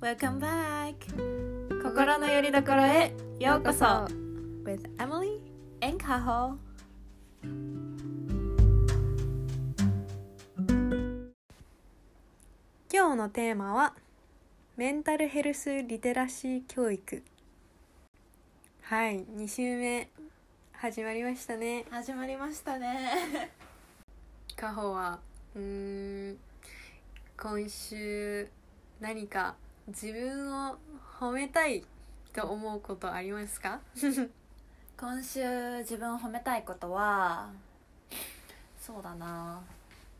Welcome back 心のよりどころへようこそ With Emily エンカホ今日のテーマはメンタルヘルスリテラシー教育はい2週目始まりましたね始まりましたねカホはうーん今週何か自分を褒めたいと思うことありますか今週自分を褒めたいことはそうだな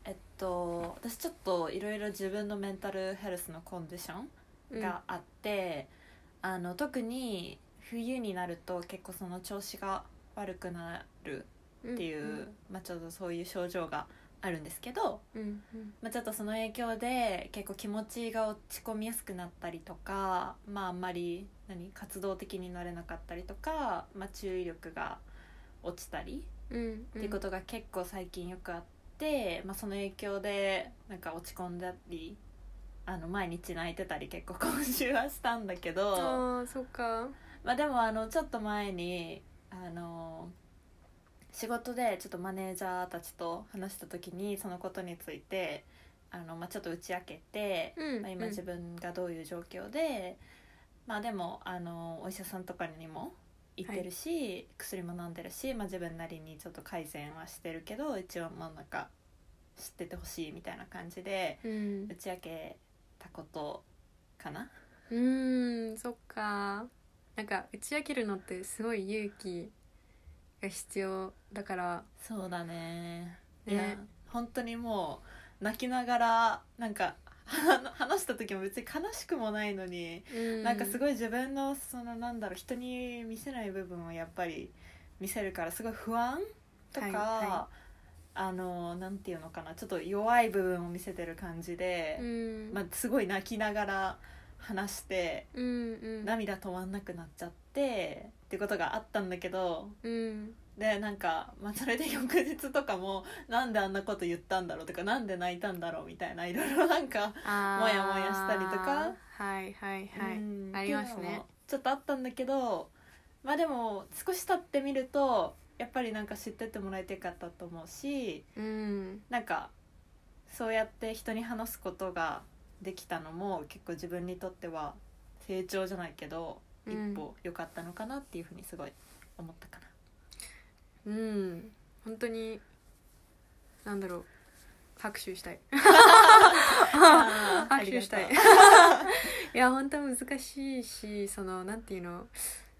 えっと私ちょっといろいろ自分のメンタルヘルスのコンディションがあって、あの特に冬になると結構その調子が悪くなるっていう、まあ、ちょっとそういう症状があるんですけど、うんうんまあ、ちょっとその影響で結構気持ちが落ち込みやすくなったりとか、まあ、あんまり何活動的になれなかったりとか、まあ、注意力が落ちたりうんっていうことが結構最近よくあって、まあ、その影響でなんか落ち込んだりあの毎日泣いてたり結構今週はしたんだけど、ああそっかまあ、でもあのちょっと前にあの仕事でちょっとマネージャーたちと話した時にそのことについてあの、まあ、ちょっと打ち明けて、うんまあ、今自分がどういう状況で、まあでもあのお医者さんとかにも行ってるし、薬も飲んでるし、まあ、自分なりにちょっと改善はしてるけど一応まあなんか知っててほしいみたいな感じでうん打ち明けたことかな。うーんそっかなんか打ち明けるのってすごい勇気が必要だからそうだねねいや本当にもう泣きながらなんか あの話した時も別に悲しくもないのに、なんかすいごい自分のそのなんだろう人に見せない部分をやっぱり見せるからすごい不安とか、はいはあのなんていうのかなちょっと弱い部分を見せてる感じでう、ん、まあ、すごい泣きながら話してうんうん涙止まんなくなっちゃってってことがあったんだけどうんでなんか、まあ、それで翌日とかもなんであんなこと言ったんだろうとかなんで泣いたんだろうみたいないろいろなんか、あーもやもやしたりとかはいはいはい、うんありますっていうのねもちょっとあったんだけどまあでも少し経ってみるとやっぱりなんか知ってってもらいたかったと思うしうんなんかそうやって人に話すことができたのも結構自分にとっては成長じゃないけど、うん一歩良かったのかなっていうふうにすごい思ったかうな。ん本当になんだろう拍手 したい あー拍手したいいや本当難しいしそのなんていうの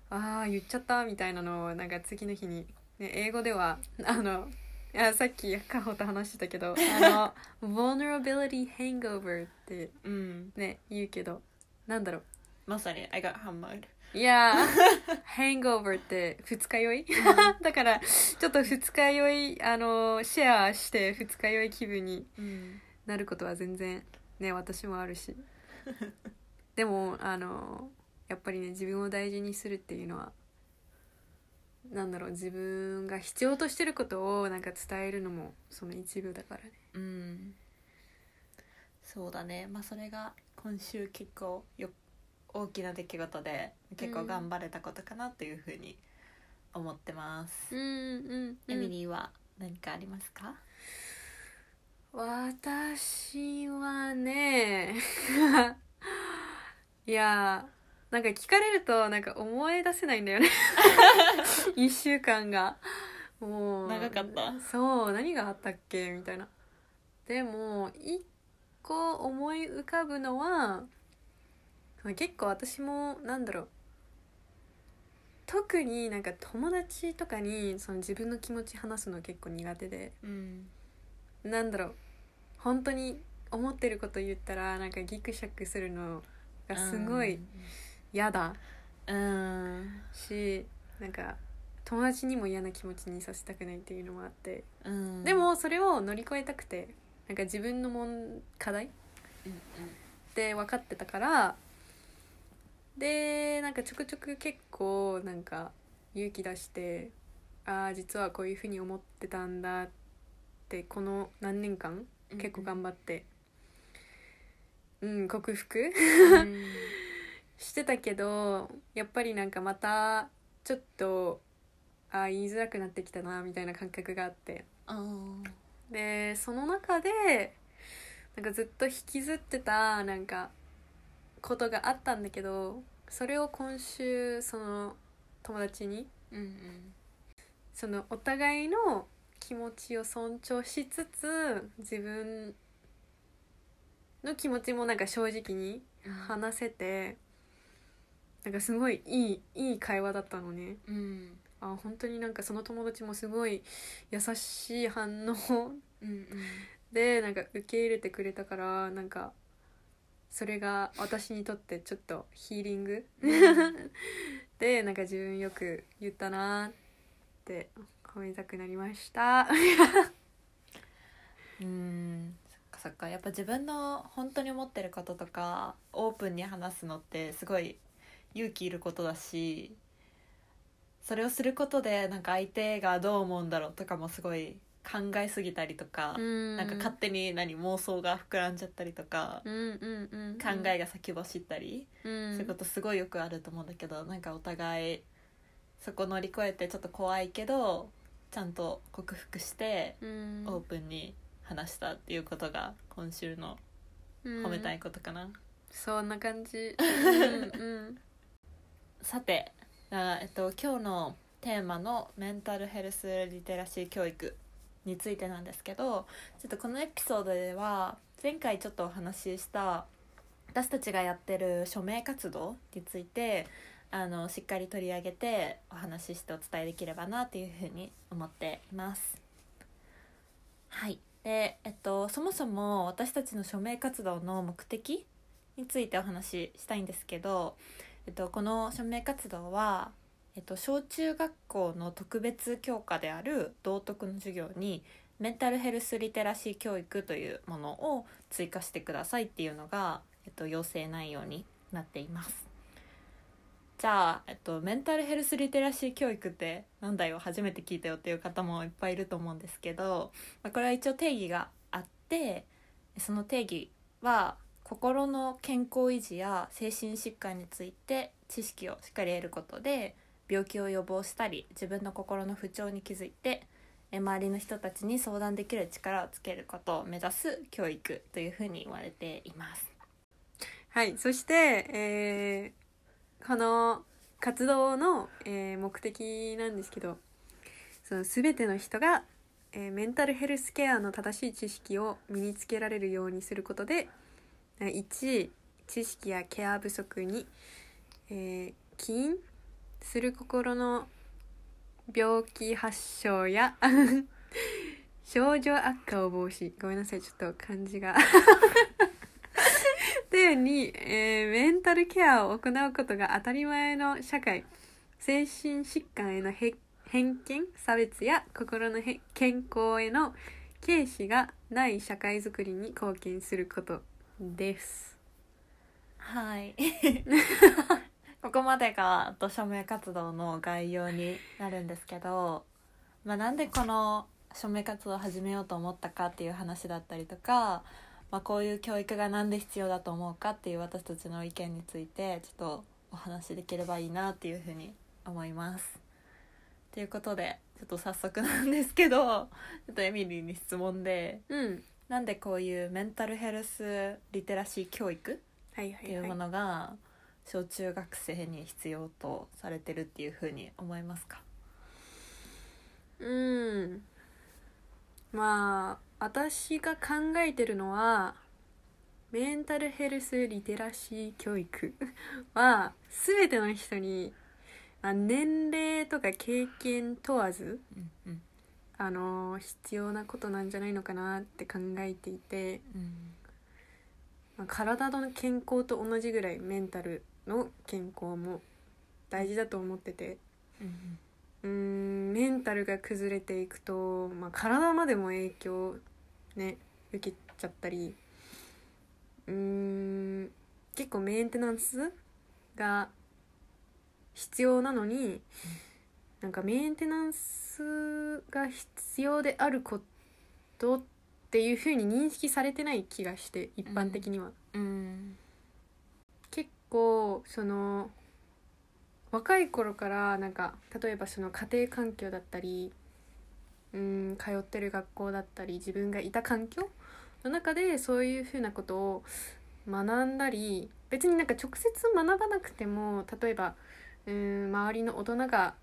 ああ言っちゃったみたいなのをなんか次の日に、ね、英語ではあのいやさっきカホと話してたけどあ の vulnerability hangover ってうんね言うけどなんだろうまさに I got hammered いや ー hangover って二日酔い だからちょっと二日酔いあのシェアして二日酔い気分にうんなることは全然ね私もあるしでもあのやっぱりね自分を大事にするっていうのはなんだろう自分が必要としてることをなんか伝えるのもその一部だからねうんそうだねまあそれが今週結構よ大きな出来事で結構頑張れたことかなというふうに思ってます、うんエミリーは何かありますか、私はね いやなんか聞かれるとなんか思い出せないんだ よね一週間がもう長かったそう何があったっけみたいなでも一個思い浮かぶのは結構私もなんだろう特になんか友達とかにその自分の気持ち話すの結構苦手でうんなんだろう本当に思ってること言ったらなんかギクシャクするのがすごい嫌だうん、うんしなんか友達にも嫌な気持ちにさせたくないっていうのもあってうんで、もそれを乗り越えたくてなんか自分のもん課題っうんて分かってたからでなんかちょくちょく結構なんか勇気出してああ実はこういうふうに思ってたんだってこの何年間うん、結構頑張ってうん克服 張してたけどやっぱりなんかまたちょっとあー言いづらくなってきたなみたいな感覚があってあーでその中でなんかずっと引きずってたなんかことがあったんだけどそれを今週その友達にうんうんそのお互いの気持ちを尊重しつつ自分の気持ちもなんか正直に話せてなんかすごいいいいい会話だったのねうんあ本当になんかその友達もすごい優しい反応うんうんでなんか受け入れてくれたからなんかそれが私にとってちょっとヒーリング でなんか自分よく言ったなーって褒めたくなりました。うんそっかそっかやっぱ自分の本当に思ってることとかオープンに話すのってすごい勇気いることだしそれをすることでなんか相手がどう思うんだろうとかもすごい考えすぎたりとか、ななんか勝手に何妄想が膨らんじゃったりとか、うんうんうんうん、考えが先走ったり、うんそういうことすごいよくあると思うんだけどなんかお互いそこ乗り越えてちょっと怖いけどちゃんと克服してうんオープンに話したっていうことが今週の褒めたいことかな、そんな感 じうんうんさてあえっと、今日のテーマのメンタルヘルスリテラシー教育についてなんですけどちょっとこのエピソードでは前回ちょっとお話しした私たちがやってる署名活動についてあのしっかり取り上げてお話ししてお伝えできればなというふうに思っています。はいでえっと、そもそも私たちの署名活動の目的についてお話ししたいんですけどえっと、この署名活動は、えっと、小中学校の特別教科である道徳の授業にメンタルヘルスリテラシー教育というものを追加してくださいっていうのが、えっと、要請内容になっています。じゃあ、えっと、メンタルヘルスリテラシー教育ってなんだよ初めて聞いたよっていう方もいっぱいいると思うんですけど、まあ、これは一応定義があってその定義は心の健康維持や精神疾患について知識をしっかり得ることで病気を予防したり自分の心の不調に気づいてえ周りの人たちに相談できる力をつけることを目指す教育というふうに言われています。はいそして、えーこの活動の、えー目的なんですけどその全ての人が、えーメンタルヘルスケアの正しい知識を身につけられるようにすることで1知識やケア不足に、えー起因する心の病気発症や 症状悪化を防止ごめんなさいちょっと漢字がで2、えーメンタルケアを行うことが当たり前の社会精神疾患へのへ偏見差別や心のへ健康への軽視がない社会づくりに貢献することです。はい。 ここまでがえっと署名活動の概要になるんですけど、まあ、なんでこの署名活動を始めようと思ったかっていう話だったりとか、まあ、こういう教育がなんで必要だと思うかっていう私たちの意見についてちょっとお話しできればいいなっていうふうに思います。ということでちょっと早速なんですけどちょっとエミリーに質問でうん、なんでこういうメンタルヘルスリテラシー教育はいはっていいうはもい。のが小中学生に必要とされてるっていうふうに思いますかうん。まあ私が考えてるのはメンタルヘルスリテラシー教育は全ての人に、あ、年齢とか経験問わずうんうんあの必要なことなんじゃないのかなって考えていて、うんまあ、体の健康と同じぐらいメンタルの健康も大事だと思ってて。うんうーんメンタルが崩れていくと、まあ、体までも影響ね受けちゃったりうーん結構メンテナンスが必要なのになんかメンテナンスが必要であることっていうふうに認識されてない気がして一般的には。うん結構その若い頃からなんか例えばその家庭環境だったりうん通ってる学校だったり自分がいた環境の中でそういうふうなことを学んだり別になんか直接学ばなくても例えばうん周りの大人が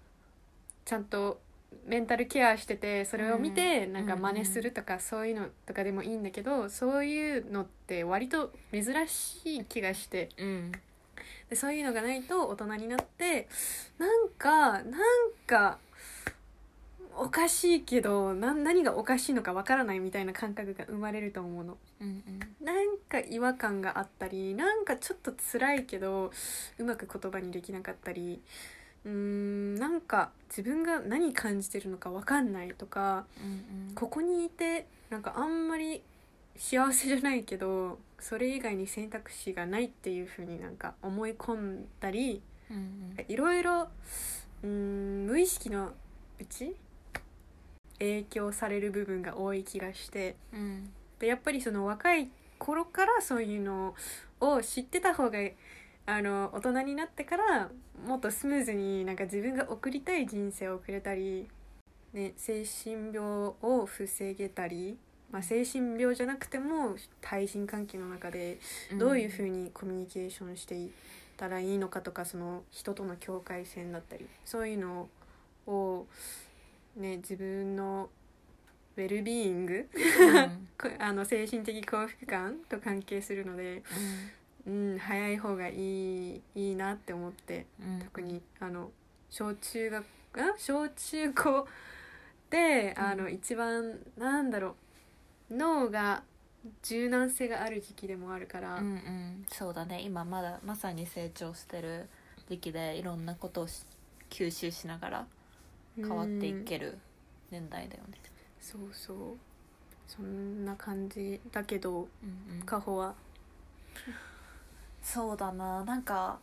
ちゃんとメンタルケアしててそれを見てうんなんか真似するとかそういうのとかでもいいんだけどそういうのって割と珍しい気がしてうんでそういうのがないと大人になってなんかなんかおかしいけどなん何がおかしいのかわからないみたいな感覚が生まれると思うのうんなんか違和感があったりなんかちょっと辛いけどうまく言葉にできなかったりうーんなんか自分が何感じてるのかわかんないとかうんここにいてなんかあんまり幸せじゃないけどそれ以外に選択肢がないっていう風になんか思い込んだりうんいろいろうーん無意識のうち影響される部分が多い気がしてうんでやっぱりその若い頃からそういうのを知ってた方があの大人になってからもっとスムーズになんか自分が送りたい人生を送れたり、ね、精神病を防げたり、まあ、精神病じゃなくても対人関係の中でどういうふうにコミュニケーションしていったらいいのかとかその人との境界線だったりそういうのを、ね、自分のウェルビーイングうんこあの精神的幸福感と関係するので、うん、早い方がいいいいなって思ってうん特にあの小中学あ小中高であの、うん一番なんだろう脳が柔軟性がある時期でもあるから、うんうんそうだね今まだまさに成長してる時期でいろんなことをし吸収しながら変わっていける年代だよねそうそうそんな感じだけどうんうんカホはそうだななんか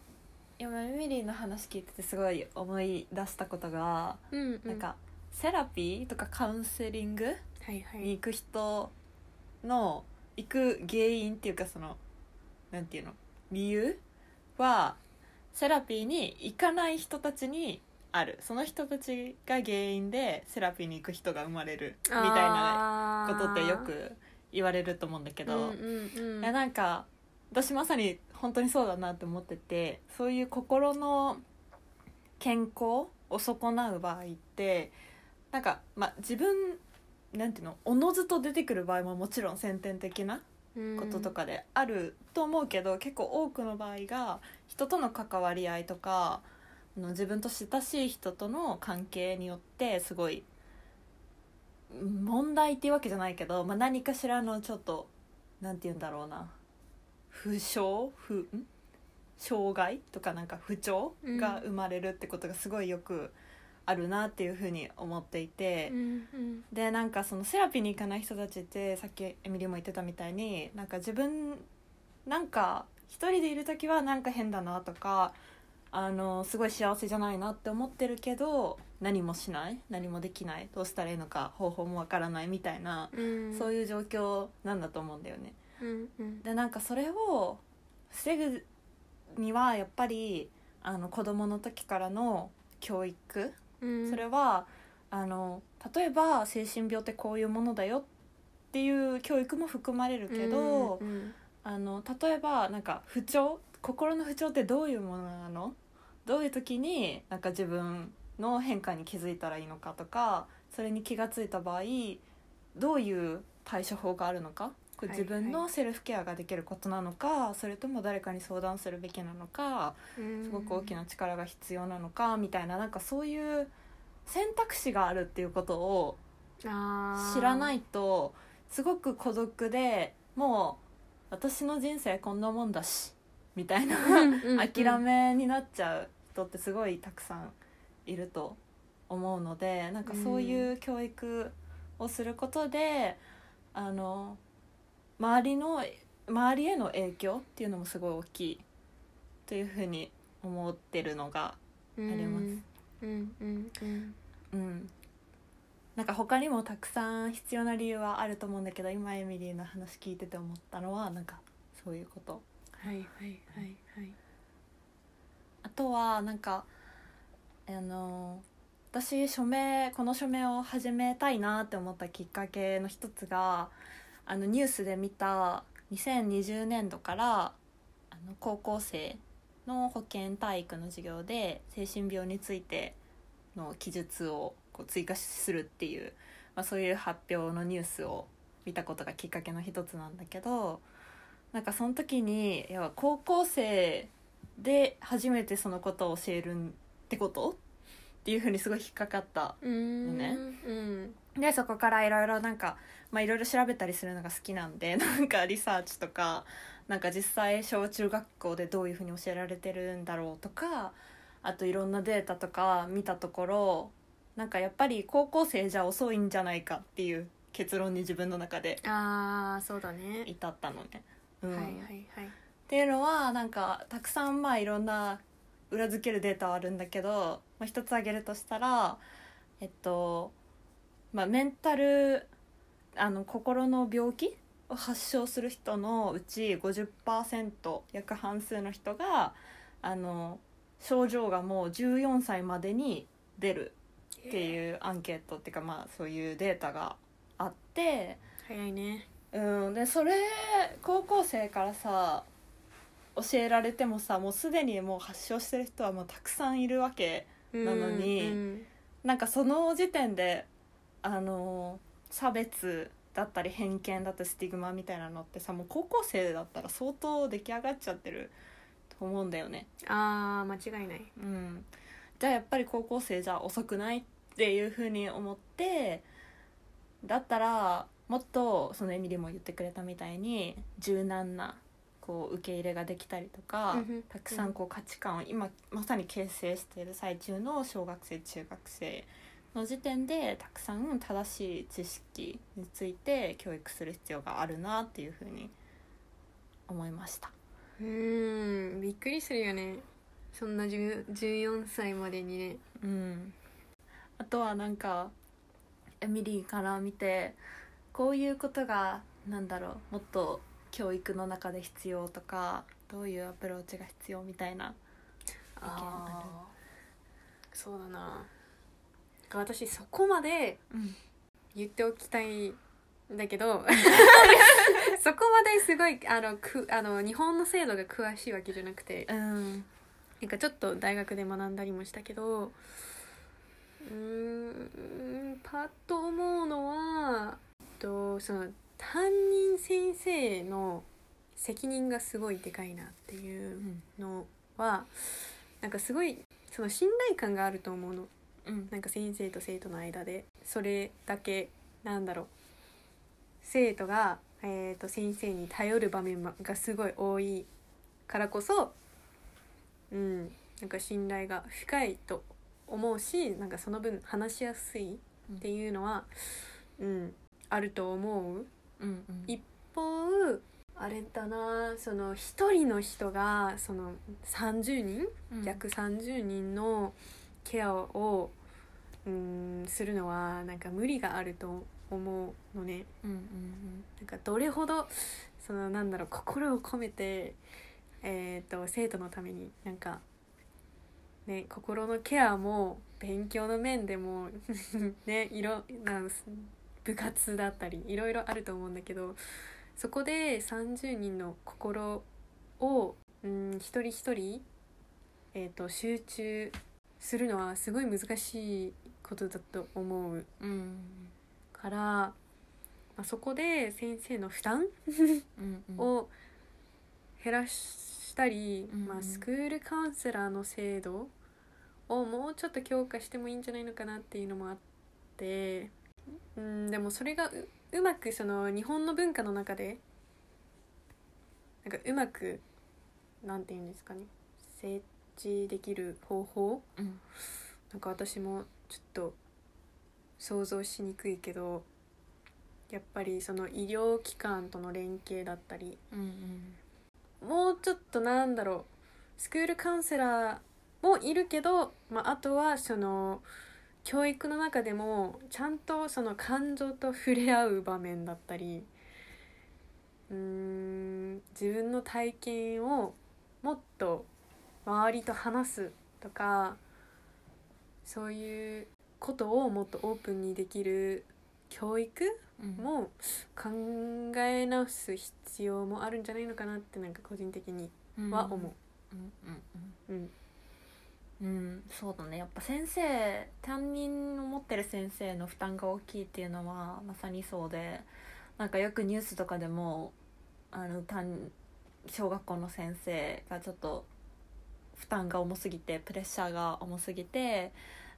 今エミリーの話聞いててすごい思い出したことが、うんなんかセラピーとかカウンセリングはいはにい行く人の行く原因っていうかそのなんていうの理由はセラピーに行かない人たちにあるその人たちが原因でセラピーに行く人が生まれるみたいななことってよく言われると思うんだけど、うんうんうんいやなんか私まさに本当にそうだなって思っててそういう心の健康を損なう場合ってなんか、まあ、自分なんていうのおのずと出てくる場合ももちろん先天的なこととかであると思うけど、結構多くの場合が人との関わり合いとかあの自分と親しい人との関係によってすごいうん問題っていうわけじゃないけど、まあ、何かしらのちょっとなんて言うんだろうな不詳不ん障害とかなんか不調が生まれるってことがすごいよくあるなっていうふうに思っていて。うんうんでなんかそのセラピーに行かない人たちってさっきエミリーも言ってたみたいになんか自分なんか一人でいる時はなんか変だなとかあのすごい幸せじゃないなって思ってるけど何もしない何もできないどうしたらいいのか方法もわからないみたいな、うんそういう状況なんだと思うんだよね。うんうんでなんかそれを防ぐにはやっぱりあの子供の時からの教育うんそれはあの例えば精神病ってこういうものだよっていう教育も含まれるけど、うんうんあの例えばなんか不調心の不調ってどういうものなのどういう時になんか自分の変化に気づいたらいいのかとかそれに気がついた場合どういう対処法があるのかこれはい自分はのセルフケアができることなのか、それとも誰かに相談するべきなのかすごく大きな力が必要なのかみたいななんかそういう選択肢があるっていうことを知らないいとすごく孤独でもう私の人生こんなもんだしみたいな諦めになっちゃう人ってすごいたくさんいると思うのでなんかそういう教育をすることであの周りの周りへの影響っていうのもすごい大きいというふうに思ってるのがあありますうんうんうんうん、なんか他にもたくさん必要な理由はあると思うんだけど今エミリーの話聞いてて思ったのはなんかそういうことはいはいはいはいあとはなんかあの私署名この署名を始めたいなって思ったきっかけの一つがあのニュースで見た2020年度からあの高校生の保健体育の授業で精神病についての記述をこう追加するっていう、まあ、そういう発表のニュースを見たことがきっかけの一つなんだけどなんかその時に要は高校生で初めてそのことを教えるんってことっていうふうにすごい引っかかったうんねうんでそこからいろいろなんかまあいろいろ調べたりするのが好きなんで なんかリサーチとかなんか実際小中学校でどういうふうに教えられてるんだろうとかあといろんなデータとか見たところなんかやっぱり高校生じゃ遅いんじゃないかっていう結論に自分の中でああそうだね、至ったのね。うんはいはいはいっていうのはなんかたくさんまあいろんな裏付けるデータはあるんだけど、まあ、一つ挙げるとしたらえっと、まあ、メンタルあの心の病気を発症する人のうち50%約半数の人があの症状がもう14歳までに出るってういうアンケートっていうかまあそういうデータがあって早いねうん、でそれ高校生からさ教えられてもさもうすでにもう発症してる人はもうたくさんいるわけなのにうんなんかその時点であの差別だったり偏見だったりスティグマみたいなのってさもう高校生だったら相当出来上がっちゃってると思うんだよね。ああ間違いないうん、じゃあやっぱり高校生じゃ遅くないっていうふうに思ってだったらもっとそのエミリーも言ってくれたみたいに柔軟なこう受け入れができたりとかうんうんたくさんこう価値観を今まさに形成している最中の小学生中学生の時点でたくさん正しい知識について教育する必要があるなっていうふうに思いました。うんびっくりするよねそんな10 14歳までにねうん、あとはなんかエミリーから見てこういうことがなんだろうもっと教育の中で必要とかどういうアプローチが必要みたいなああーそうだな私そこまでうん言っておきたいんだけ どそこまですごいあのくあの日本の制度が詳しいわけじゃなくてうんなんかちょっと大学で学んだりもしたけどうーんパッと思うのはえっとその担任先生の責任がすごいでかいなっていううんのはなんかすごいその信頼感があると思うのうんなんか先生と生徒の間でそれだけなんだろう生徒が、えー、と先生に頼る場面がすごい多いからこそうんなんか信頼が深いと思うしなんかその分話しやすいっていうのは、うん、あると思ううん一方あれだなその一人の人がその30人うん約30人のケアをうーんするのはなんか無理があると思うのねうんうんなんかどれほどそのなんだろう心を込めて、えー、と生徒のためになんか、ね、心のケアも勉強の面でも、 ね、いろなん部活だったりいろいろあると思うんだけどそこで30人の心を、うん、一人一人、えー、と集中するのはすごい難しいことだと思ううんうんから、まあ、そこで先生の負担うんうんを減らしたり、うんまあ、スクールカウンセラーの制度をもうちょっと強化してもいいんじゃないのかなっていうのもあってうんでもそれがううまくその日本の文化の中でなんかうまくなんていうんですかね設置できる方法うんなんか私もちょっと想像しにくいけどやっぱりその医療機関との連携だったりうんもうちょっとなんだろうスクールカウンセラーもいるけど、まあ、あとはその教育の中でもちゃんとその感情と触れ合う場面だったりうーん自分の体験をもっと、ま周りと話すとかそういうことをもっとオープンにできる教育うんも考え直す必要もあるんじゃないのかなってなんか個人的にうんは思うんうんう。うんうんうんそうだねやっぱ先生担任を持ってる先生の負担が大きいっていうのはまさにそうでなんかよくニュースとかでもあの担小学校の先生がちょっと負担が重すぎてプレッシャーが重すぎて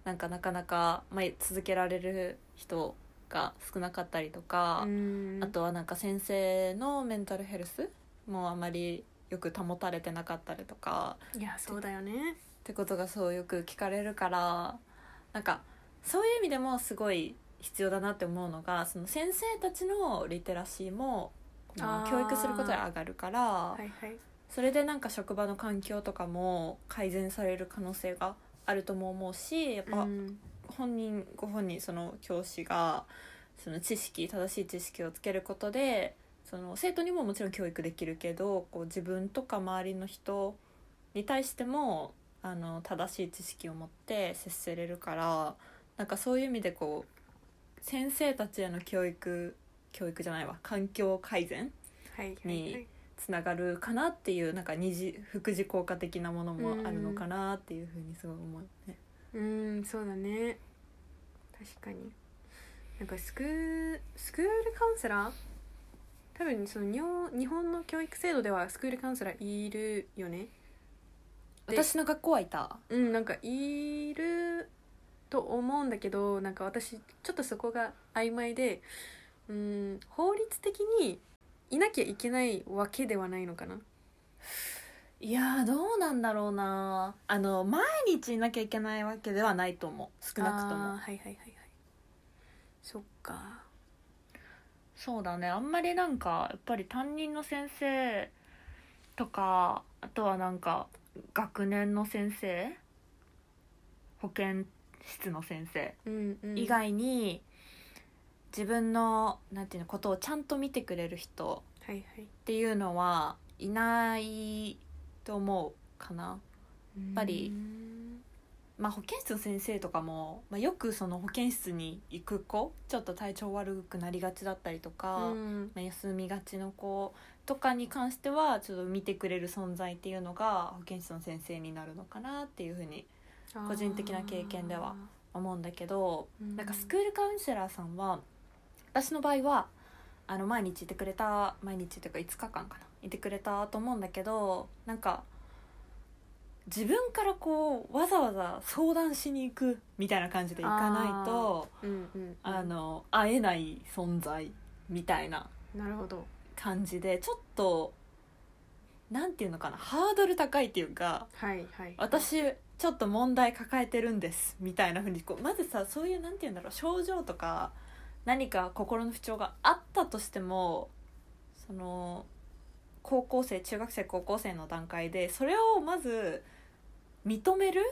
なんかなかなか、まあ、続けられる人が少なかったりとか、うんあとはなんか先生のメンタルヘルスもあまりよく保たれてなかったりとかいやそうだよね。ってことがそうよく聞かれるからなんかそういう意味でもすごい必要だなって思うのがその先生たちのリテラシーもこのあー教育することで上がるから、はいはい。それでなんか職場の環境とかも改善される可能性があるとも思うしやっぱうん本人ご本人その教師がその知識正しい知識をつけることでその生徒にももちろん教育できるけどこう自分とか周りの人に対してもあの正しい知識を持って接せれるからなんかそういう意味でこう先生たちへの教育教育じゃないわ環境改善はいはいはいに。つながるかなっていうなんか二次副次効果的なものもあるのかなっていうふうにすごい思うね。うんそうだね確かになんかスクースクールカウンセラー多分その日本日本の教育制度ではスクールカウンセラーいるよねで私の学校はいたうんなんかいると思うんだけどなんか私ちょっとそこが曖昧でうん法律的にいなきゃいけないわけではないのかないやーどうなんだろうなあの毎日いなきゃいけないわけではないと思う少なくとあーもはいはいはいはいそっかそうだねあんまりなんかやっぱり担任の先生とかあとはなんか学年の先生保健室の先生うんうん以外に、自分のなんていうのことをちゃんと見てくれる人はいはいっていうのはいないと思うかなやっぱりまあ、保健室の先生とかも、まあ、よくその保健室に行く子ちょっと体調悪くなりがちだったりとか、うんまあ、休みがちの子とかに関してはちょっと見てくれる存在っていうのが保健室の先生になるのかなっていうふうに個人的な経験では、思うんだけど、なんかスクーールカウンセラーさんは私の場合はあの毎日いてくれた毎日というか5日間かないてくれたと思うんだけどなんか自分からこうわざわざ相談しに行くみたいな感じで行かないとル、うんうん、あの会えない存在みたいななるほど感じでちょっとなんていうのかなハードル高いっていうかはいはい私ちょっと問題抱えてるんですみたいな風にこうまずさそういうなんて言うんだろう症状とか何か心の不調があったとしてもその高校生中学生高校生の段階でそれをまず認める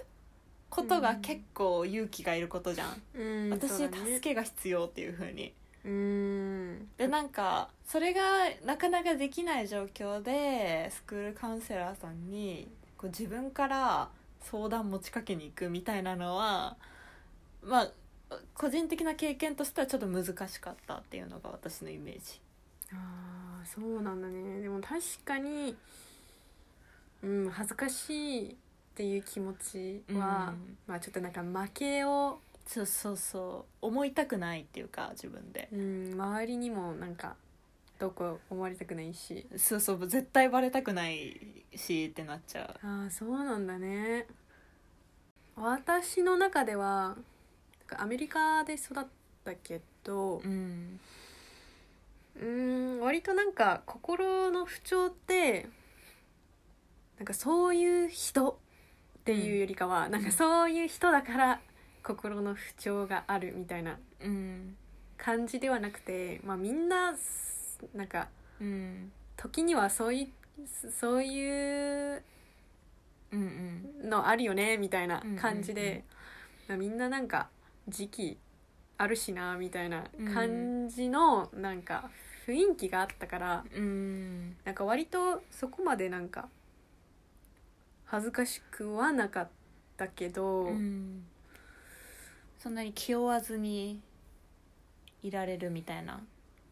ことが結構勇気がいることじゃん、うん私、そうだね助けが必要っていう風にうんでなんかそれがなかなかできない状況でスクールカウンセラーさんにこう自分から相談持ちかけに行くみたいなのはまあ個人的な経験としてはちょっと難しかったっていうのが私のイメージ。あーそうなんだねでも確かにうん恥ずかしいっていう気持ちは、うんまあちょっとなんか負けを、そうそうそう思いたくないっていうか自分でうん、周りにもなんかどうこう思われたくないしそうそう絶対バレたくないしってなっちゃああそうなんだね私の中ではなんかアメリカで育ったけどううんうーん割となんか心の不調ってなんかそういう人っていうよりかは、なんかそういう人だから心の不調があるみたいなうん感じではなくて、まあ、みんなすなんかうん時にはそういそういううんうんのあるよねみたいな感じうんうんうんで、まあみんななんか時期あるしなみたいな感じのなんか雰囲気があったから、うんなんか割とそこまでなんか恥ずかしくはなかったけど、うんそんなに気負わずにいられるみたいな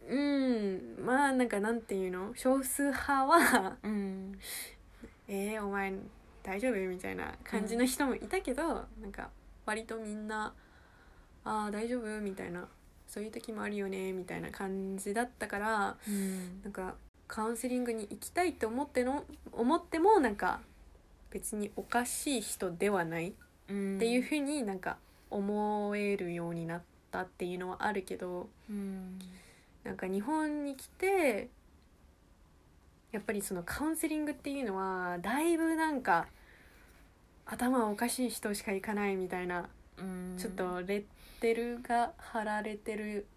うんまあなんかなんていうの少数派は うん「えー、お前大丈夫?」みたいな感じの人もいたけど、なんか割とみんな「ああ大丈夫?」みたいなそういう時もあるよねみたいな感じだったからうんなんかカウンセリングに行きたいと思っての思ってもなんか別におかしい人ではないっていうふうになんか思えるようになったっていうのはあるけど。うんなんか日本に来てやっぱりそのカウンセリングっていうのはだいぶなんか頭おかしい人しか行かないみたいな、うんちょっとレッテルが貼られてる、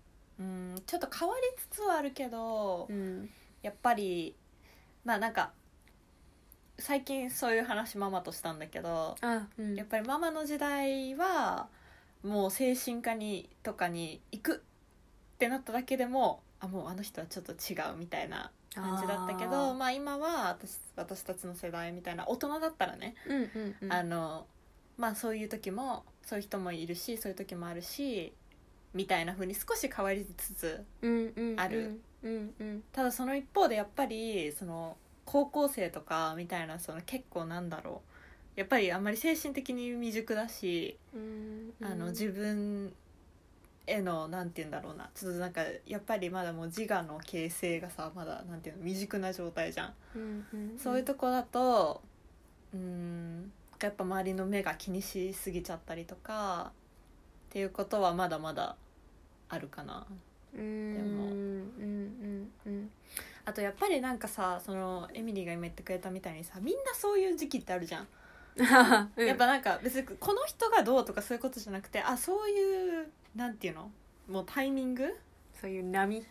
うんちょっと変わりつつはあるけどうん、やっぱりまあなんか最近そういう話ママとしたんだけどあ、うんやっぱりママの時代はもう精神科にとかに行くってなっただけでもあもうあの人はちょっと違うみたいな感じだったけどあーまあ今は私私たちの世代みたいな大人だったらね、うんうんうん、あのまあそういう時もそういう人もいるしそういう時もあるしみたいな風に少し変わりつつうんうんうんあるうんうんただその一方でやっぱりその高校生とかみたいなその結構なんだろうやっぱりあんまり精神的に未熟だしうんあの自分へのなんて言うんだろうなちょっとなんかやっぱりまだもう自我の形成がさまだなんていうの未熟な状態じゃん、うんうんそういうとこだとうーんやっぱ周りの目が気にしすぎちゃったりとかっていうことはまだまだあるかなうんうんうんうんあとやっぱりなんかさそのエミリーが今言ってくれたみたいにさみんなそういう時期ってあるじゃん、うん やっぱなんか別にこの人がどうとかそういうことじゃなくてあそういうなんていうのもうタイミング そういう波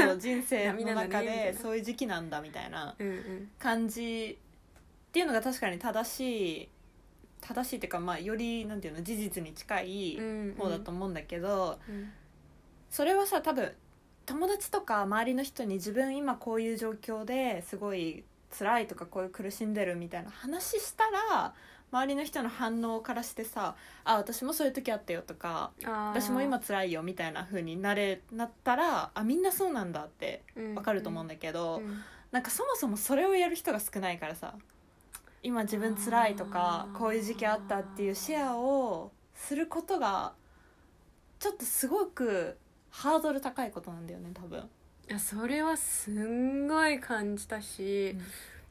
そう人生の涙中のねみたでいなそういう時期なんだみたいなうんうん感じっていうのが確かに正しい正しいっていうかまあよりなんていうの事実に近いうん方だと思うんだけどうんそれはさ多分友達とか周りの人に自分今こういう状況ですごい辛いとかこういう苦しんでるみたいな話したら周りの人の反応からしてさ「あ私もそういう時あったよ」とか「あー私も今辛いよ」みたいな風になれなったら「あみんなそうなんだ」ってわかると思うんだけど、うんなんかそもそもそれをやる人が少ないからさ今自分辛いとかあーこういう時期あったっていうシェアをすることがちょっとすごくハードル高いことなんだよね多分。いやそれはすんごい感じたし、うん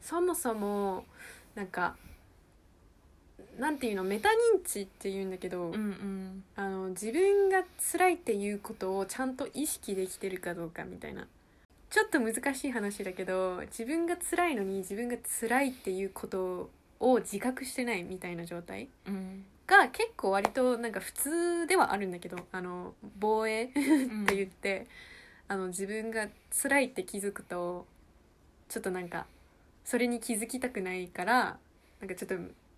そもそもなんかなんていうのメタ認知っていうんだけど、んあの自分が辛いっていうことをちゃんと意識できてるかどうかみたいなちょっと難しい話だけど自分が辛いのに自分が辛いっていうことを自覚してないみたいな状態うんうんが結構割となんか普通ではあるんだけどあの防衛って言って、あの自分が辛いって気づくとちょっとなんかそれに気づきたくないからなんかちょっと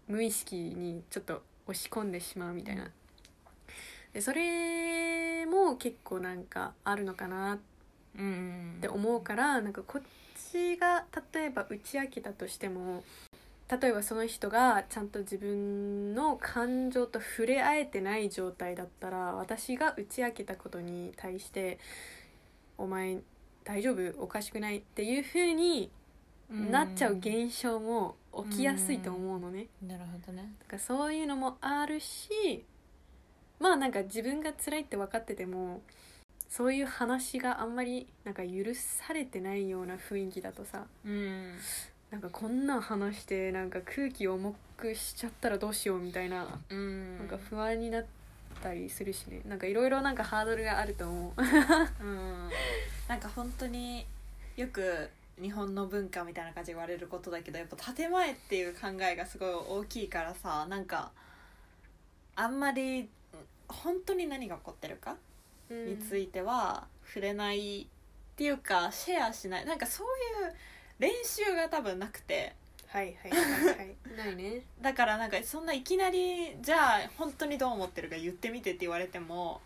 無意識にちょっと押し込んでしまうみたいな。でそれも結構なんかあるのかなっうんって思うからなんかこっちが例えば打ち明けたとしても例えばその人がちゃんと自分の感情と触れ合えてない状態だったら私が打ち明けたことに対して「お前大丈夫おかしくない」っていう風になっちゃう現象も起きやすいと思うのね。なるほどなねんかそういうのもあるしまあなんか自分が辛いって分かっててもそういう話があんまりなんか許されてないような雰囲気だとさうんなんかこんなん話してなんか空気重くしちゃったらどうしようみたいなうんなんか不安になったりするしねなんかいろいろなんかハードルがあると思う。うんなんか本当によく日本の文化みたいな感じで言われることだけどやっぱ建前っていう考えがすごい大きいからさなんかあんまり本当に何が起こってるかについては触れないっていうかシェアしないなんかそういう練習が多分なくてはいはいはいはい。 ないね。だからなんかそんないきなりじゃあ本当にどう思ってるか言ってみてって言われても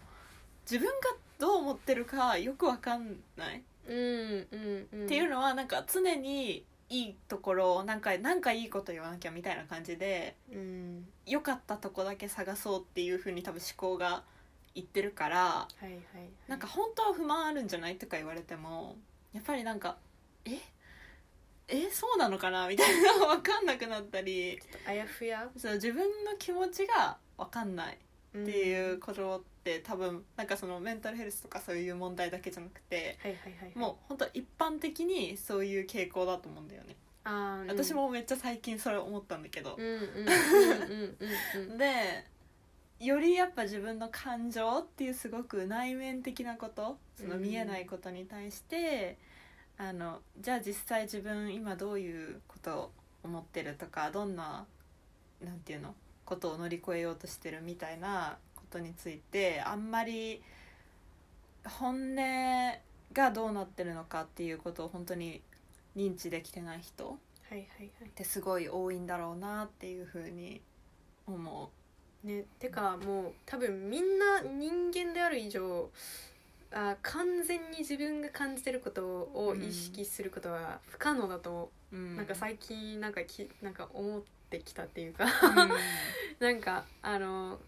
自分がどう思ってるかよくわかんないうんうんうん。っていうのはなんか常にいいところをなんかなんかいいこと言わなきゃみたいな感じでうん良かったとこだけ探そうっていう風に多分思考がいってるからはいはいなんか本当は不満あるんじゃないとか言われてもやっぱりなんかええそうなのかなみたいな の分かんなくなったりあやふやそう自分の気持ちが分かんないっっていうことって多分なんかそのメンタルヘルスとかそういう問題だけじゃなくてはいはいはいはいもう本当一般的にそういう傾向だと思うんだよね、あーうん私もめっちゃ最近それ思ったんだけどうん、うんうんうんうんうんでよりやっぱ自分の感情っていうすごく内面的なことそのうん見えないことに対して、あのじゃあ実際自分今どういうことを思ってるとかどんななんていうのことを乗り越えようとしてるみたいなことについてあんまり本音がどうなってるのかっていうことを本当に認知できてない人はいはいはってすごい多いんだろうなっていうふうに思う。いねてかもう多分みんな人間である以上あー完全に自分が感じてることを意識することは不可能だと、ななん か最近なんかきなんか思ってきたっていうか なんかあの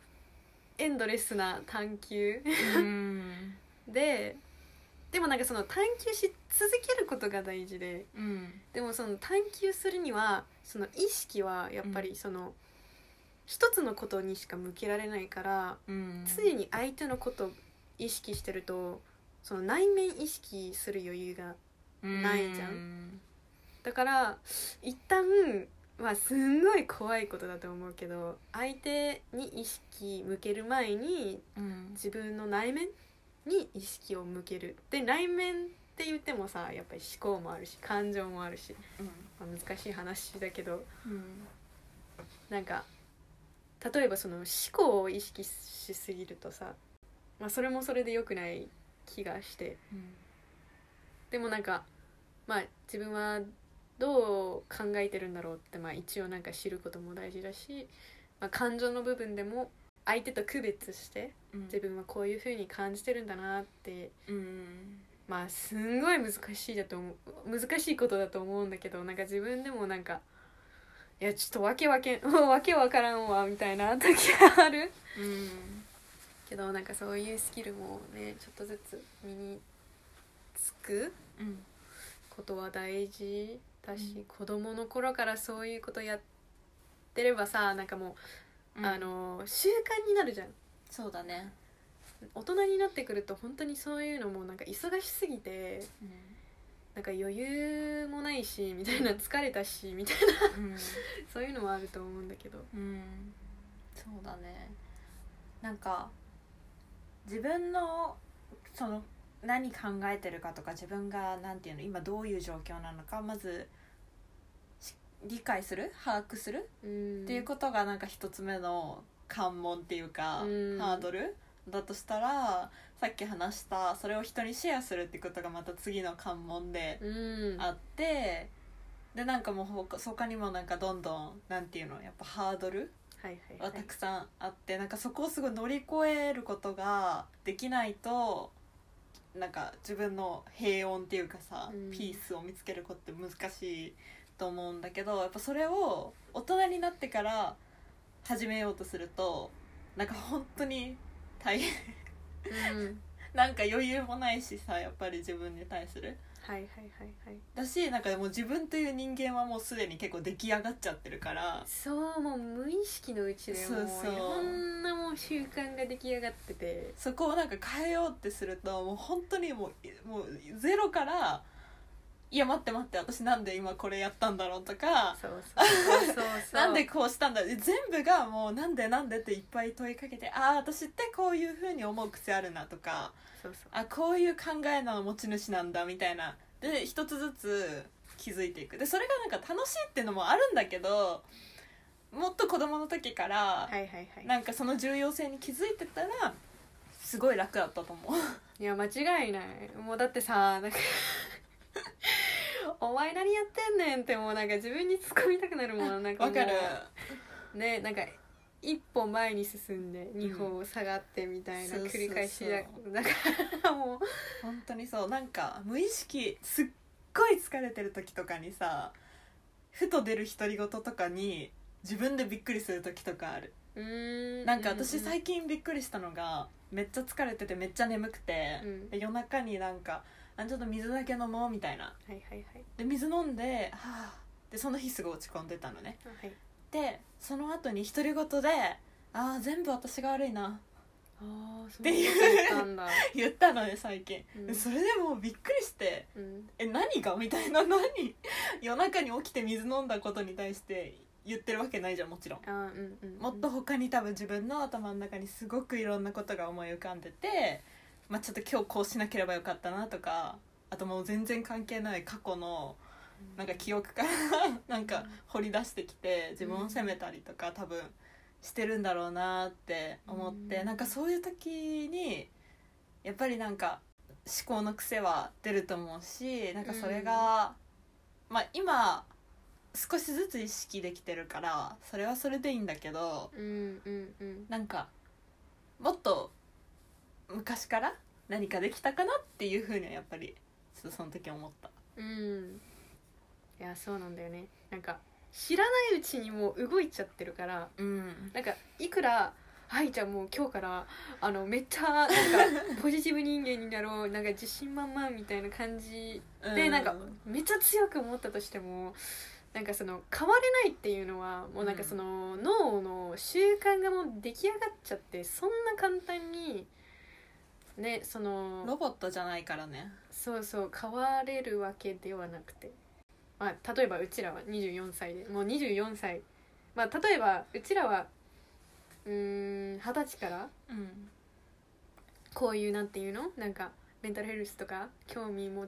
エンドレスな探求うんででもなんかその探求し続けることが大事でうんでもその探求するにはその意識はやっぱりその、一つのことにしか向けられないからうん常に相手のことを意識してるとその内面意識する余裕がないじゃんだから一旦まあすんごい怖いことだと思うけど相手に意識向ける前にうん自分の内面に意識を向けるで内面って言ってもさやっぱり思考もあるし感情もあるし、まあ、難しい話だけどうんなんか例えばその思考を意識しすぎるとさ、まあ、それもそれで良くない気がしてでもなんかまあ自分はどう考えてるんだろうって、まあ、一応なんか知ることも大事だし、まあ、感情の部分でも相手と区別してうん自分はこういう風に感じてるんだなってうんまあすんごい難しいだと思う難しいことだと思うんだけどなんか自分でもなんかいやちょっとわけわけわけわからんわみたいな時があるうんけどなんかそういうスキルもねちょっとずつ身につくうんことは大事だし、うん子供の頃からそういうことやってればさなんかもう、うんあの習慣になるじゃんそうだね大人になってくると本当にそういうのもなんか忙しすぎて なんか余裕もないしみたいな疲れたしみたいなうんそういうのはあると思うんだけどうんそうだねなんか自分のその何考えてるかとか自分がなんていうの今どういう状況なのかまずし理解する把握するうんっていうことがなんか一つ目の関門っていうか、うんハードルだとしたらさっき話したそれを人にシェアするってことがまた次の関門でうんあって、でなんかもうほか他にもなんかどんどんなんていうのやっぱハードルはいははいはいたくさんあってなんかそこをすごい乗り越えることができないとなんか自分の平穏っていうかさ、うんピースを見つけることって難しいと思うんだけどやっぱそれを大人になってから始めようとするとなんか本当に大変 うんなんか余裕もないしさやっぱり自分に対するはいはいはいはいだしなんかもう自分という人間はもうすでに結構出来上がっちゃってるからそうもう無意識のうちでもうそうそういろんなもう習慣が出来上がっててそこをなんか変えようってするともう本当にもうもうゼロから「いや待って待って私なんで今これやったんだろう」とかそうそうそうそう「そうなんでこうしたんだ」全部がもう「なんでなんで」っていっぱい問いかけて「ああ私ってこういうふうに思う癖あるな」とかそうそ「あこういう考えの持ち主なんだ」みたいなで一つずつ気づいていくでそれがなんか楽しいっていうのもあるんだけどもっと子供の時から、うはいはいはいなんかその重要性に気づいてたらすごい楽だったと思う。いや間違いないもうだってさなんか お前何やってんねんってもうなんか自分に突っ込みたくなるもんなんかもわうかるねなんか一歩前に進んで二歩下がってみたいなそうそうそう繰り返しだだから もう本当にそうなんか無意識すっごい疲れてる時とかにさふと出る独り言とかに自分でびっくりする時とかあるうーんなんか私最近びっくりしたのがめっちゃ疲れててめっちゃ眠くて、うんで夜中になんかあ「ちょっと水だけ飲もう」みたいなはいはいはいで水飲んで「はあ」でその日すぐ落ち込んでたのねあはいでその後に独り言で「ああ全部私が悪いなああそうていいうことだったんだ、」言ったのね最近、うんでそれでもうびっくりしてうん、え何がみたいな何夜中に起きて水飲んだことに対して言ってるわけないじゃんもちろんあーうんうんうんもっと他に多分自分の頭の中にすごくいろんなことが思い浮かんでて、まあ、ちょっと今日こうしなければよかったなとかあともう全然関係ない過去のなんか記憶から なんか掘り出してきて自分を責めたりとか多分してるんだろうなって思って、うんなんかそういう時にやっぱりなんか思考の癖は出ると思うしなんかそれが、まあ今少しずつ意識できてるからそれはそれでいいんだけどうんうんうんなんかもっと昔から何かできたかなっていうふうにはやっぱりちょっとその時思った。うんいやそうなんだよねなんか知らないうちにもう動いちゃってるからうんなんかいくら「はいじゃあもう今日からあのめっちゃなん かポジティブ人間になろうなんか自信満々」みたいな感じでなんかめっちゃ強く思ったとしてもなんかその変われないっていうのはもうなんかその脳の習慣がもう出来上がっちゃってそんな簡単にねそのロボットじゃないからねそうそう変われるわけではなくて、まあ、例えばうちらは24歳でもう24歳、まあ、例えばうちらはうーん二十歳からうんこういうなんていうのなんかメンタルヘルスとか興味持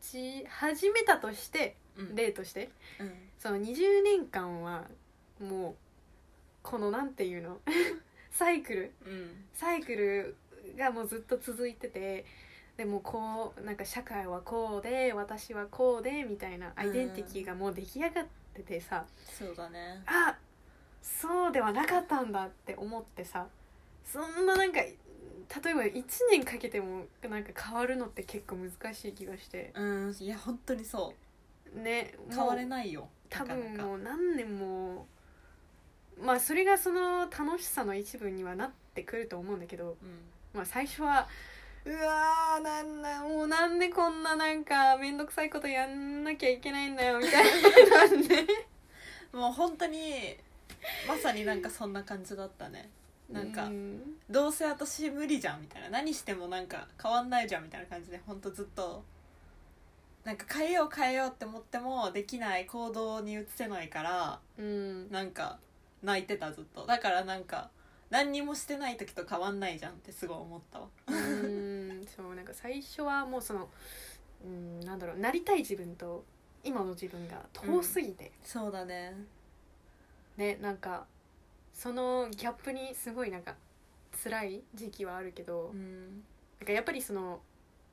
ち始めたとしてうん例としてうんその20年間はもうこのなんていうの サイクルうんサイクルがもうずっと続いててでもこうなんか社会はこうで私はこうでみたいなアイデンティティがもう出来上がっててさ、そうだねあそうではなかったんだって思ってさそんななんか例えば1年かけてもなんか変わるのって結構難しい気がしてうんいや本当にそねう変われもうないよ多分なかなかもう何年もまあそれがその楽しさの一部にはなってくると思うんだけど、うんまあ、最初はうわーなんだもうなんでこんななんか面倒くさいことやんなきゃいけないんだよみたいななんでもう本当にまさになんかそんな感じだったね なんかうどうせ私無理じゃんみたいな何してもなんか変わんないじゃんみたいな感じで本当ずっとなんか変えよう変えようって思ってもできない行動に移せないからうんなんか泣いてたずっとだからなんか何にもしてない時と変わんないじゃんってすごい思ったわうんそうなんか最初はもうそのうんなんだろうなりたい自分と今の自分が遠すぎて、そうだねねなんかそのギャップにすごいなんか辛い時期はあるけど、うんなんかやっぱりその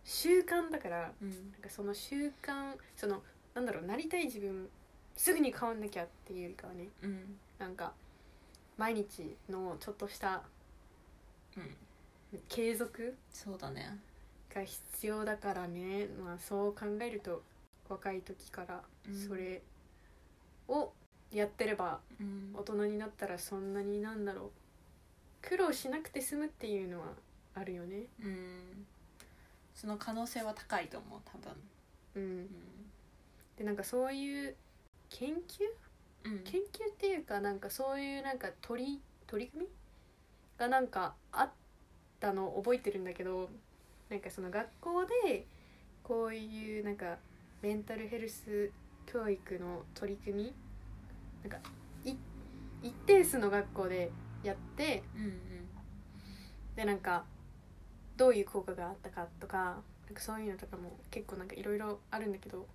習慣だからうんなんかその習慣そのなんだろうなりたい自分すぐに変わんなきゃっていうよりかはねうんなんか毎日のちょっとしたうん継続そうだねが必要だからね、まあ、そう考えると若い時からうんそれをやってればうん大人になったらそんなになんだろう苦労しなくて済むっていうのはあるよね。うんその可能性は高いと思う多分うん、でなんかそういう研究うん、うん、研究っていうかなんかそういうなんか取り取り組みがなんかあったのを覚えてるんだけどなんかその学校でこういうなんかメンタルヘルス教育の取り組みなんかい一定数の学校でやってうんでなんかどういう効果があったかとかなんかそういうのとかも結構なんかいろいろあるんだけど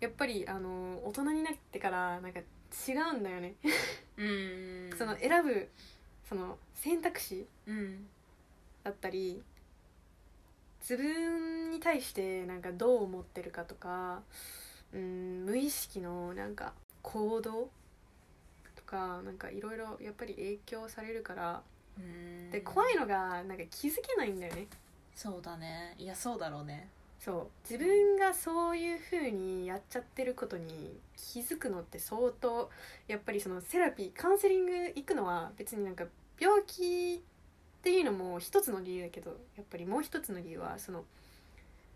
やっぱりあの大人になってからなんか違うんだよねうんうんその選ぶその選択肢うんだったり自分に対してなんかどう思ってるかとかうん無意識のなんか行動とかなんかいろいろやっぱり影響されるからうんで怖いいのがなんか気づけないんだよねそうだねいやそうだろうねそう自分がそういう風にやっちゃってることに気づくのって相当やっぱりそのセラピーカウンセリング行くのは別になんか病気っていうのも一つの理由だけどやっぱりもう一つの理由はその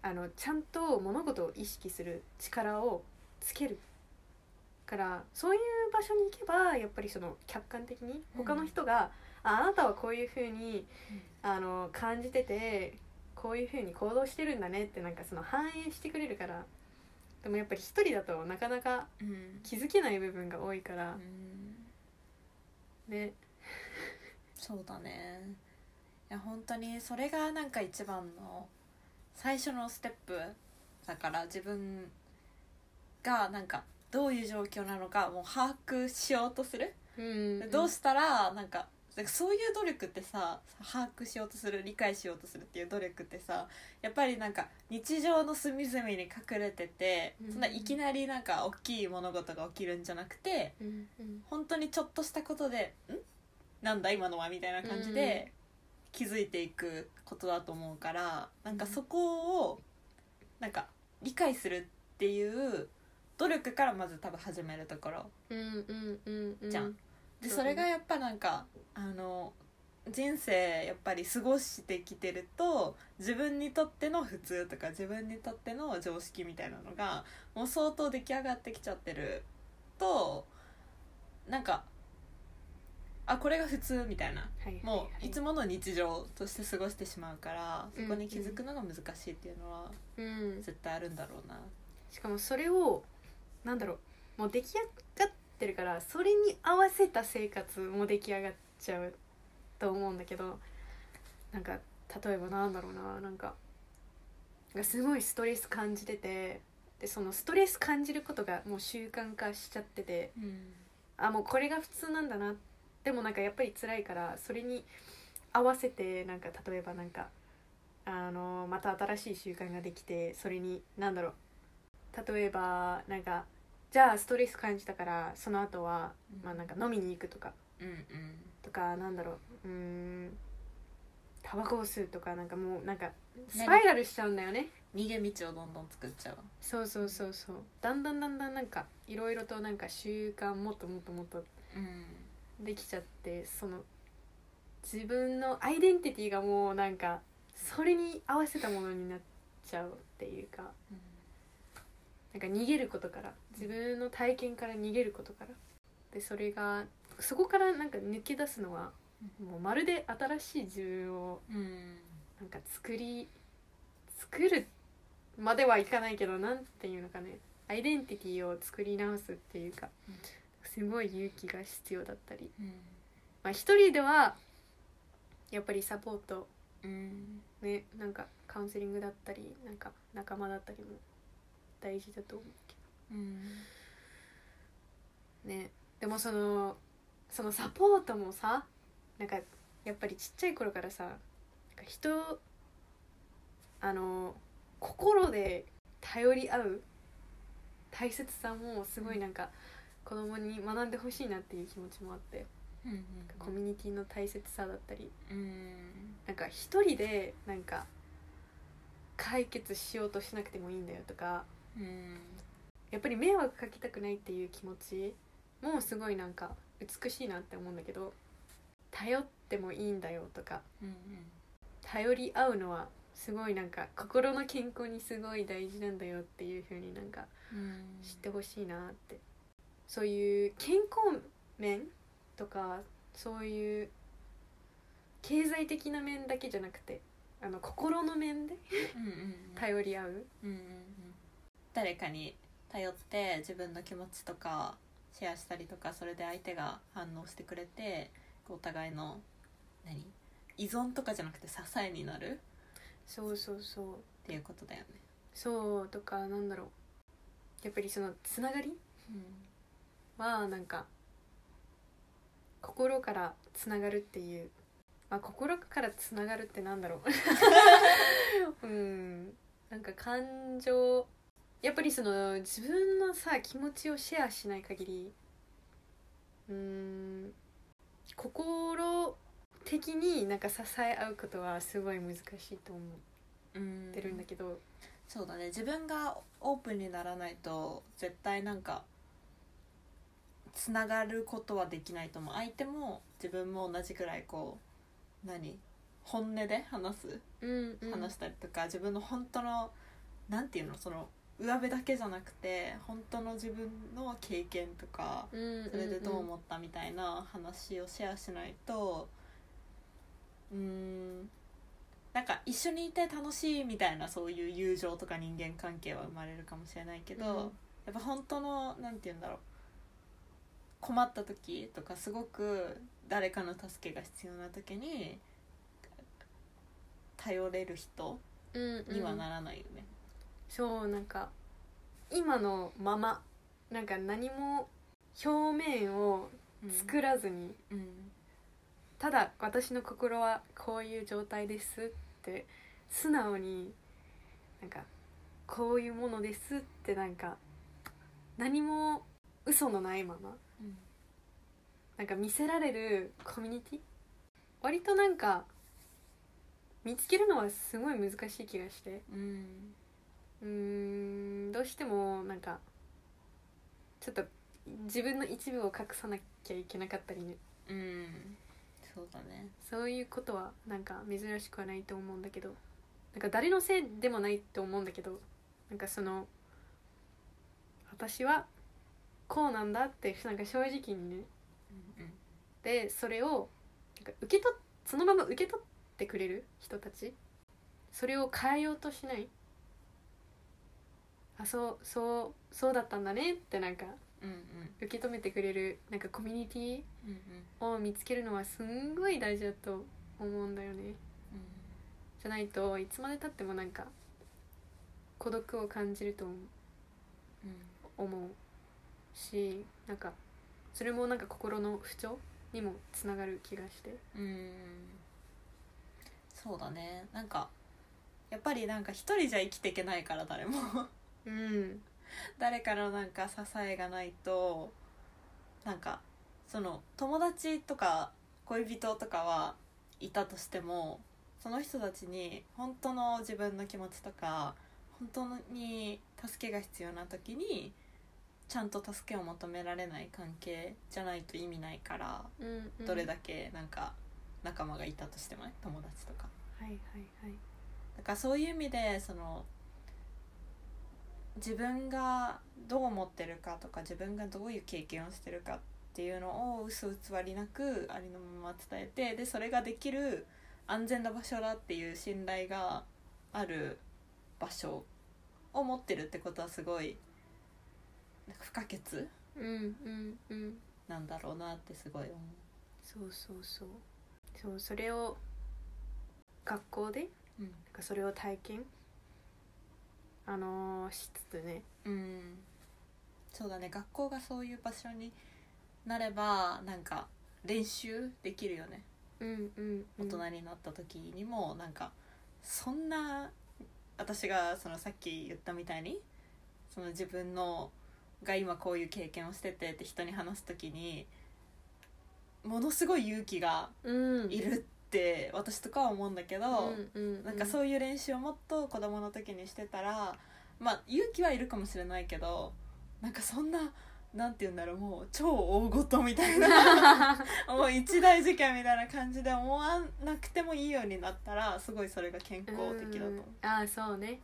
あのちゃんと物事を意識する力をつけるからそういう場所に行けばやっぱりその客観的にうん他の人が、ああなたはこういう風に、あの感じててこういう風に行動してるんだねってなんかその反映してくれるからでもやっぱり一人だとなかなかうん気づけない部分が多いかうら、んねそうだねいや本当にそれがなんか一番の最初のステップだから自分がなんかどういう状況なのかもう把握しようとする、うんどうしたらなんかなんかそういう努力ってさ把握しようとする理解しようとするっていう努力ってさやっぱりなんか日常の隅々に隠れてて、うんそんないきなりなんか大きい物事が起きるんじゃなくて、うんうん本当にちょっとしたことで「んなんだ今のは」みたいな感じで気づいていくことだと思うから、なんかそこをなんか理解するっていう努力からまず多分始めるところうんうんうんうんじゃんでそうそねれがやっぱなんかあの人生やっぱり過ごしてきてると自分にとっての普通とか自分にとっての常識みたいなのがもう相当出来上がってきちゃってるとなんかあこれが普通みたいなはいはいもういつも、もの日常として過ごしてしまうからそこに気うんうんづくのが難しいっていうのはうん、絶対あるんだろうな。しかもそれをなんだろうもう出来上がってるからそれに合わせた生活も出来上がっちゃうと思うんだけどなんか例えばなんだろうななんかなんかすごいストレス感じててでそのストレス感じることがもう習慣化しちゃっててうんあもうこれが普通なんだなでもなんかやっぱり辛いからそれに合わせてなんか例えばなんかあのまた新しい習慣ができてそれに何だろう例えばなんかじゃあストレス感じたからその後はまあなんか飲みに行くとかうんうんとかなんだろううーんタバコを吸うとかなんかもうなんかスパイラルしちゃうんだよね逃げ道をどんどん作っちゃうそうそうそうそうだんだんだんだんなんかいろいろとなんか習慣もっともっともっとうんできちゃってその自分のアイデンティティがもうなんかそれに合わせたものになっちゃうっていうかなんか逃げることから自分の体験から逃げることからでそれがそこからなんか抜け出すのはもうまるで新しい自分をうんなんか作り作るまではいかないけどなんていうのかねアイデンティティを作り直すっていうかうんすごい勇気が必要だったりうんまあ、一人ではやっぱりサポートうんねなんかカウンセリングだったりなんか仲間だったりも大事だと思うけうんどねでもそのそのサポートもさなんかやっぱりちっちゃい頃からさなんか人あの心で頼り合う大切さもすごいなんか子供に学んでほしいなっていう気持ちもあってうんコミュニティの大切さだったりうんなんか一人でなんか解決しようとしなくてもいいんだよとかうんやっぱり迷惑かけたくないっていう気持ちもすごいなんか美しいなって思うんだけど頼ってもいいんだよとかうん頼り合うのはすごいなんか心の健康にすごい大事なんだよっていう風になんかうん知ってほしいなってそういう健康面とかそういう経済的な面だけじゃなくてあの心の面でうんうん頼り合ううんうんうん誰かに頼って自分の気持ちとかシェアしたりとかそれで相手が反応してくれてお互いの何依存とかじゃなくて支えになるそうそうそうっていうことだよねそうとかなんだろうやっぱりそのつながりはなんか心からつながるっていう、まあ、心からつながるってなんだろ ううんなんか感情やっぱりその自分のさ気持ちをシェアしない限りうん心的になんか支え合うことはすごい難しいと思うんってるんだけど、そうだね自分がオープンにならないと絶対なんかつながることはできないと思う相手も自分も同じくらいこう何本音で話すうんうん話したりとか、自分の本当のなんていうのその上辺だけじゃなくて本当の自分の経験とかうんうんうんそれでどう思ったみたいな話をシェアしないとうーんなんか一緒にいて楽しいみたいなそういう友情とか人間関係は生まれるかもしれないけど、うんやっぱ本当のなんて言うんだろう困った時とかすごく誰かの助けが必要な時に頼れる人うんうんにはならないよね。そうなんか今のままなんか何も表面を作らずに、うんただ私の心はこういう状態ですって素直になんかこういうものですってなんか何も嘘のないままうんなんか見せられるコミュニティ割となんか見つけるのはすごい難しい気がしてうんうーんどうしてもなんかちょっと自分の一部を隠さなきゃいけなかったりねうんそうだね。そういうことはなんか珍しくはないと思うんだけどなんか誰のせいでもないと思うんだけどなんかその私はこうなんだってなんか正直にねうんでそれをなんか受け取っそのまま受け取ってくれる人たちそれを変えようとしないあそうそうそうだったんだねってなんかうんうん受け止めてくれるなんかコミュニティうんうんを見つけるのはすんごい大事だと思うんだよねうんじゃないといつまでたってもなんか孤独を感じると思うう思うしなんかそれもなんか心の不調にもつながる気がしてん、うん、そうだねなんかやっぱりなんか一人じゃ生きていけないから誰もうん誰からなんか支えがないとなんかその友達とか恋人とかはいたとしてもその人たちに本当の自分の気持ちとか本当に助けが必要な時にちゃんと助けを求められない関係じゃないと意味ないからうんうんどれだけなんか仲間がいたとしてもね友達とかはいはいはいだからそういう意味でその自分がどう思ってるかとか自分がどういう経験をしてるかっていうのを薄々りなくありのまま伝えてでそれができる安全な場所だっていう信頼がある場所を持ってるってことはすごいなんか不可欠うんうんうんなんだろうなってすごい思う。そうそうそうそうそれを学校でうんなんかそれを体験あのーしつつねうんそうだね学校がそういう場所になればなんか練習できるよねうんうん、大人になった時にもなんかそんな私がそのさっき言ったみたいにその自分のが今こういう経験をしててって人に話す時にものすごい勇気がうんいるって私とかは思うんだけうど、んうんうん、なんかうそういう練習をもっと子供の時にしてたらまあ勇気はいるかもしれないけどなんかそんななんて言うんだろうもう超大ごとみた いなもう一大事件みたいな感じで思わなくてもいいようになったらすごいそれが健康的だと思う、うんああそうね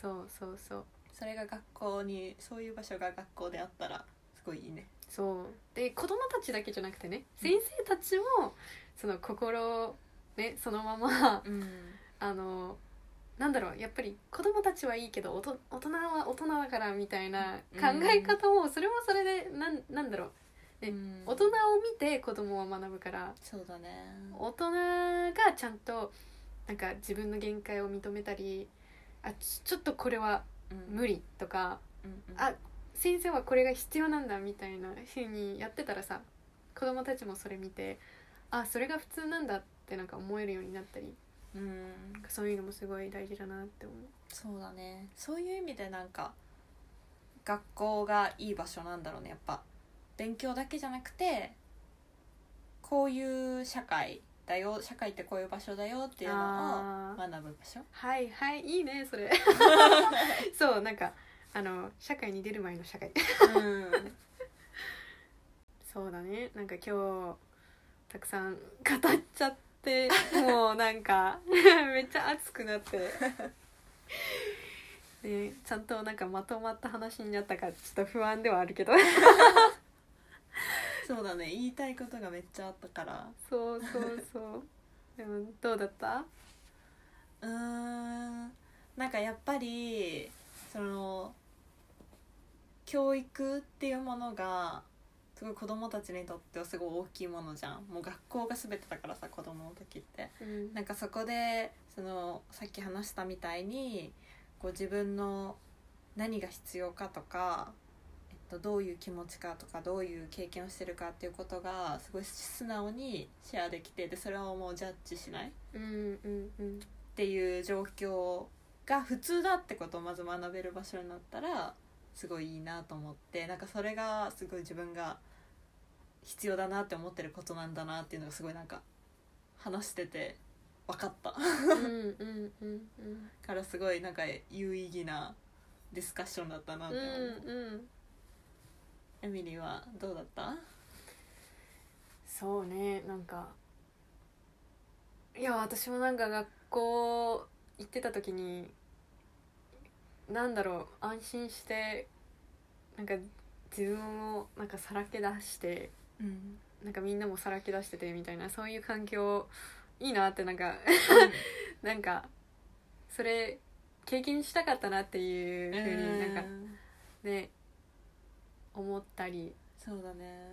そうそうそうそれが学校にそういう場所が学校であったらすごいいいねそうで子供たちだけじゃなくてねうん先生たちもその心をねそのままうんあのなんだろうやっぱり子供たちはいいけどおと大人は大人だからみたいな考え方もそれもそれでなんなんだろうえうん大人を見て子供は学ぶからそうだね大人がちゃんとなんか自分の限界を認めたりあちちょっとこれはうん無理とかうんうんあ先生はこれが必要なんだみたいなふうにやってたらさ子供たちもそれ見てあそれが普通なんだってなんか思えるようになったりうんなんかそういうのもすごい大事だなって思う。そうだねそういう意味でなんか学校がいい場所なんだろうねやっぱ勉強だけじゃなくてこういう社会だよ社会ってこういう場所だよっていうのをあー学ぶ場所はいはいいいね それそうなんかあの社会に出る前の社会そうだねなんか今日たくさん語っちゃ ってもうなんか めっちゃ熱くな ってねちゃんとなんかまとまった話になったかちょっと不安ではあるけど そうだね言いたいことがめっちゃあったからそうそうそう でもどうだったうーんなんかやっぱりその教育っていうものがすごい子供たちにとってはすごい大きいものじゃんもう学校が全てだからさ子供の時ってうんなんかそこでそのさっき話したみたいにこう自分の何が必要かとか、えっと、どういう気持ちかとかどういう経験をしてるかっていうことがすごい素直にシェアできてでそれをもうジャッジしないっうんうん うんていう状況が普通だってことをまず学べる場所になったらすごいいいなと思ってなんかそれがすごい自分が必要だなって思ってることなんだなっていうのがすごいなんか話してて分かった。 うんうんうんうんからすごいなんか有意義なディスカッションだったなってう思う、んうんエミリーはどうだったそうねなんかいや私もなんか学校行ってた時になんだろう安心してなんか自分をなんかさらけ出してうん、なんかみんなもさらけ出しててみたいなそういう環境いいなってなんか なんかそれ経験したかったなっていうふうになんかね思ったりそうだね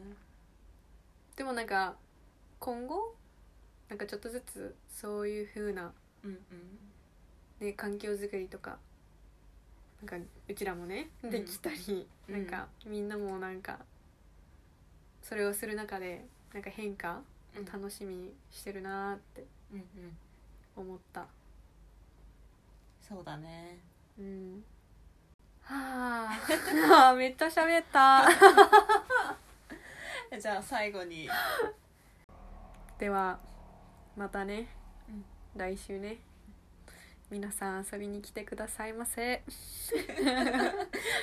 でもなんか今後なんかちょっとずつそういう風なうんうんね、環境づくりとかなんかうちらもねんできたり、うんなんかみんなもなんかそれをする中でなんか変化を楽しみにしてるなーってうんうん思った。そうだねうんはあ あーめっちゃ喋ったじゃあ最後にではまたね、うん来週ね皆さん遊びに来てくださいませ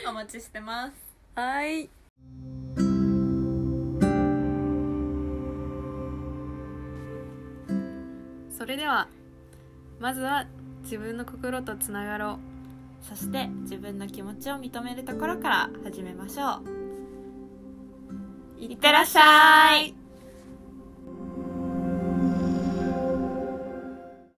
お待ちしてますはいそれではまずは自分の心とつながろそして自分の気持ちを認めるところから始めましょういってらっしゃい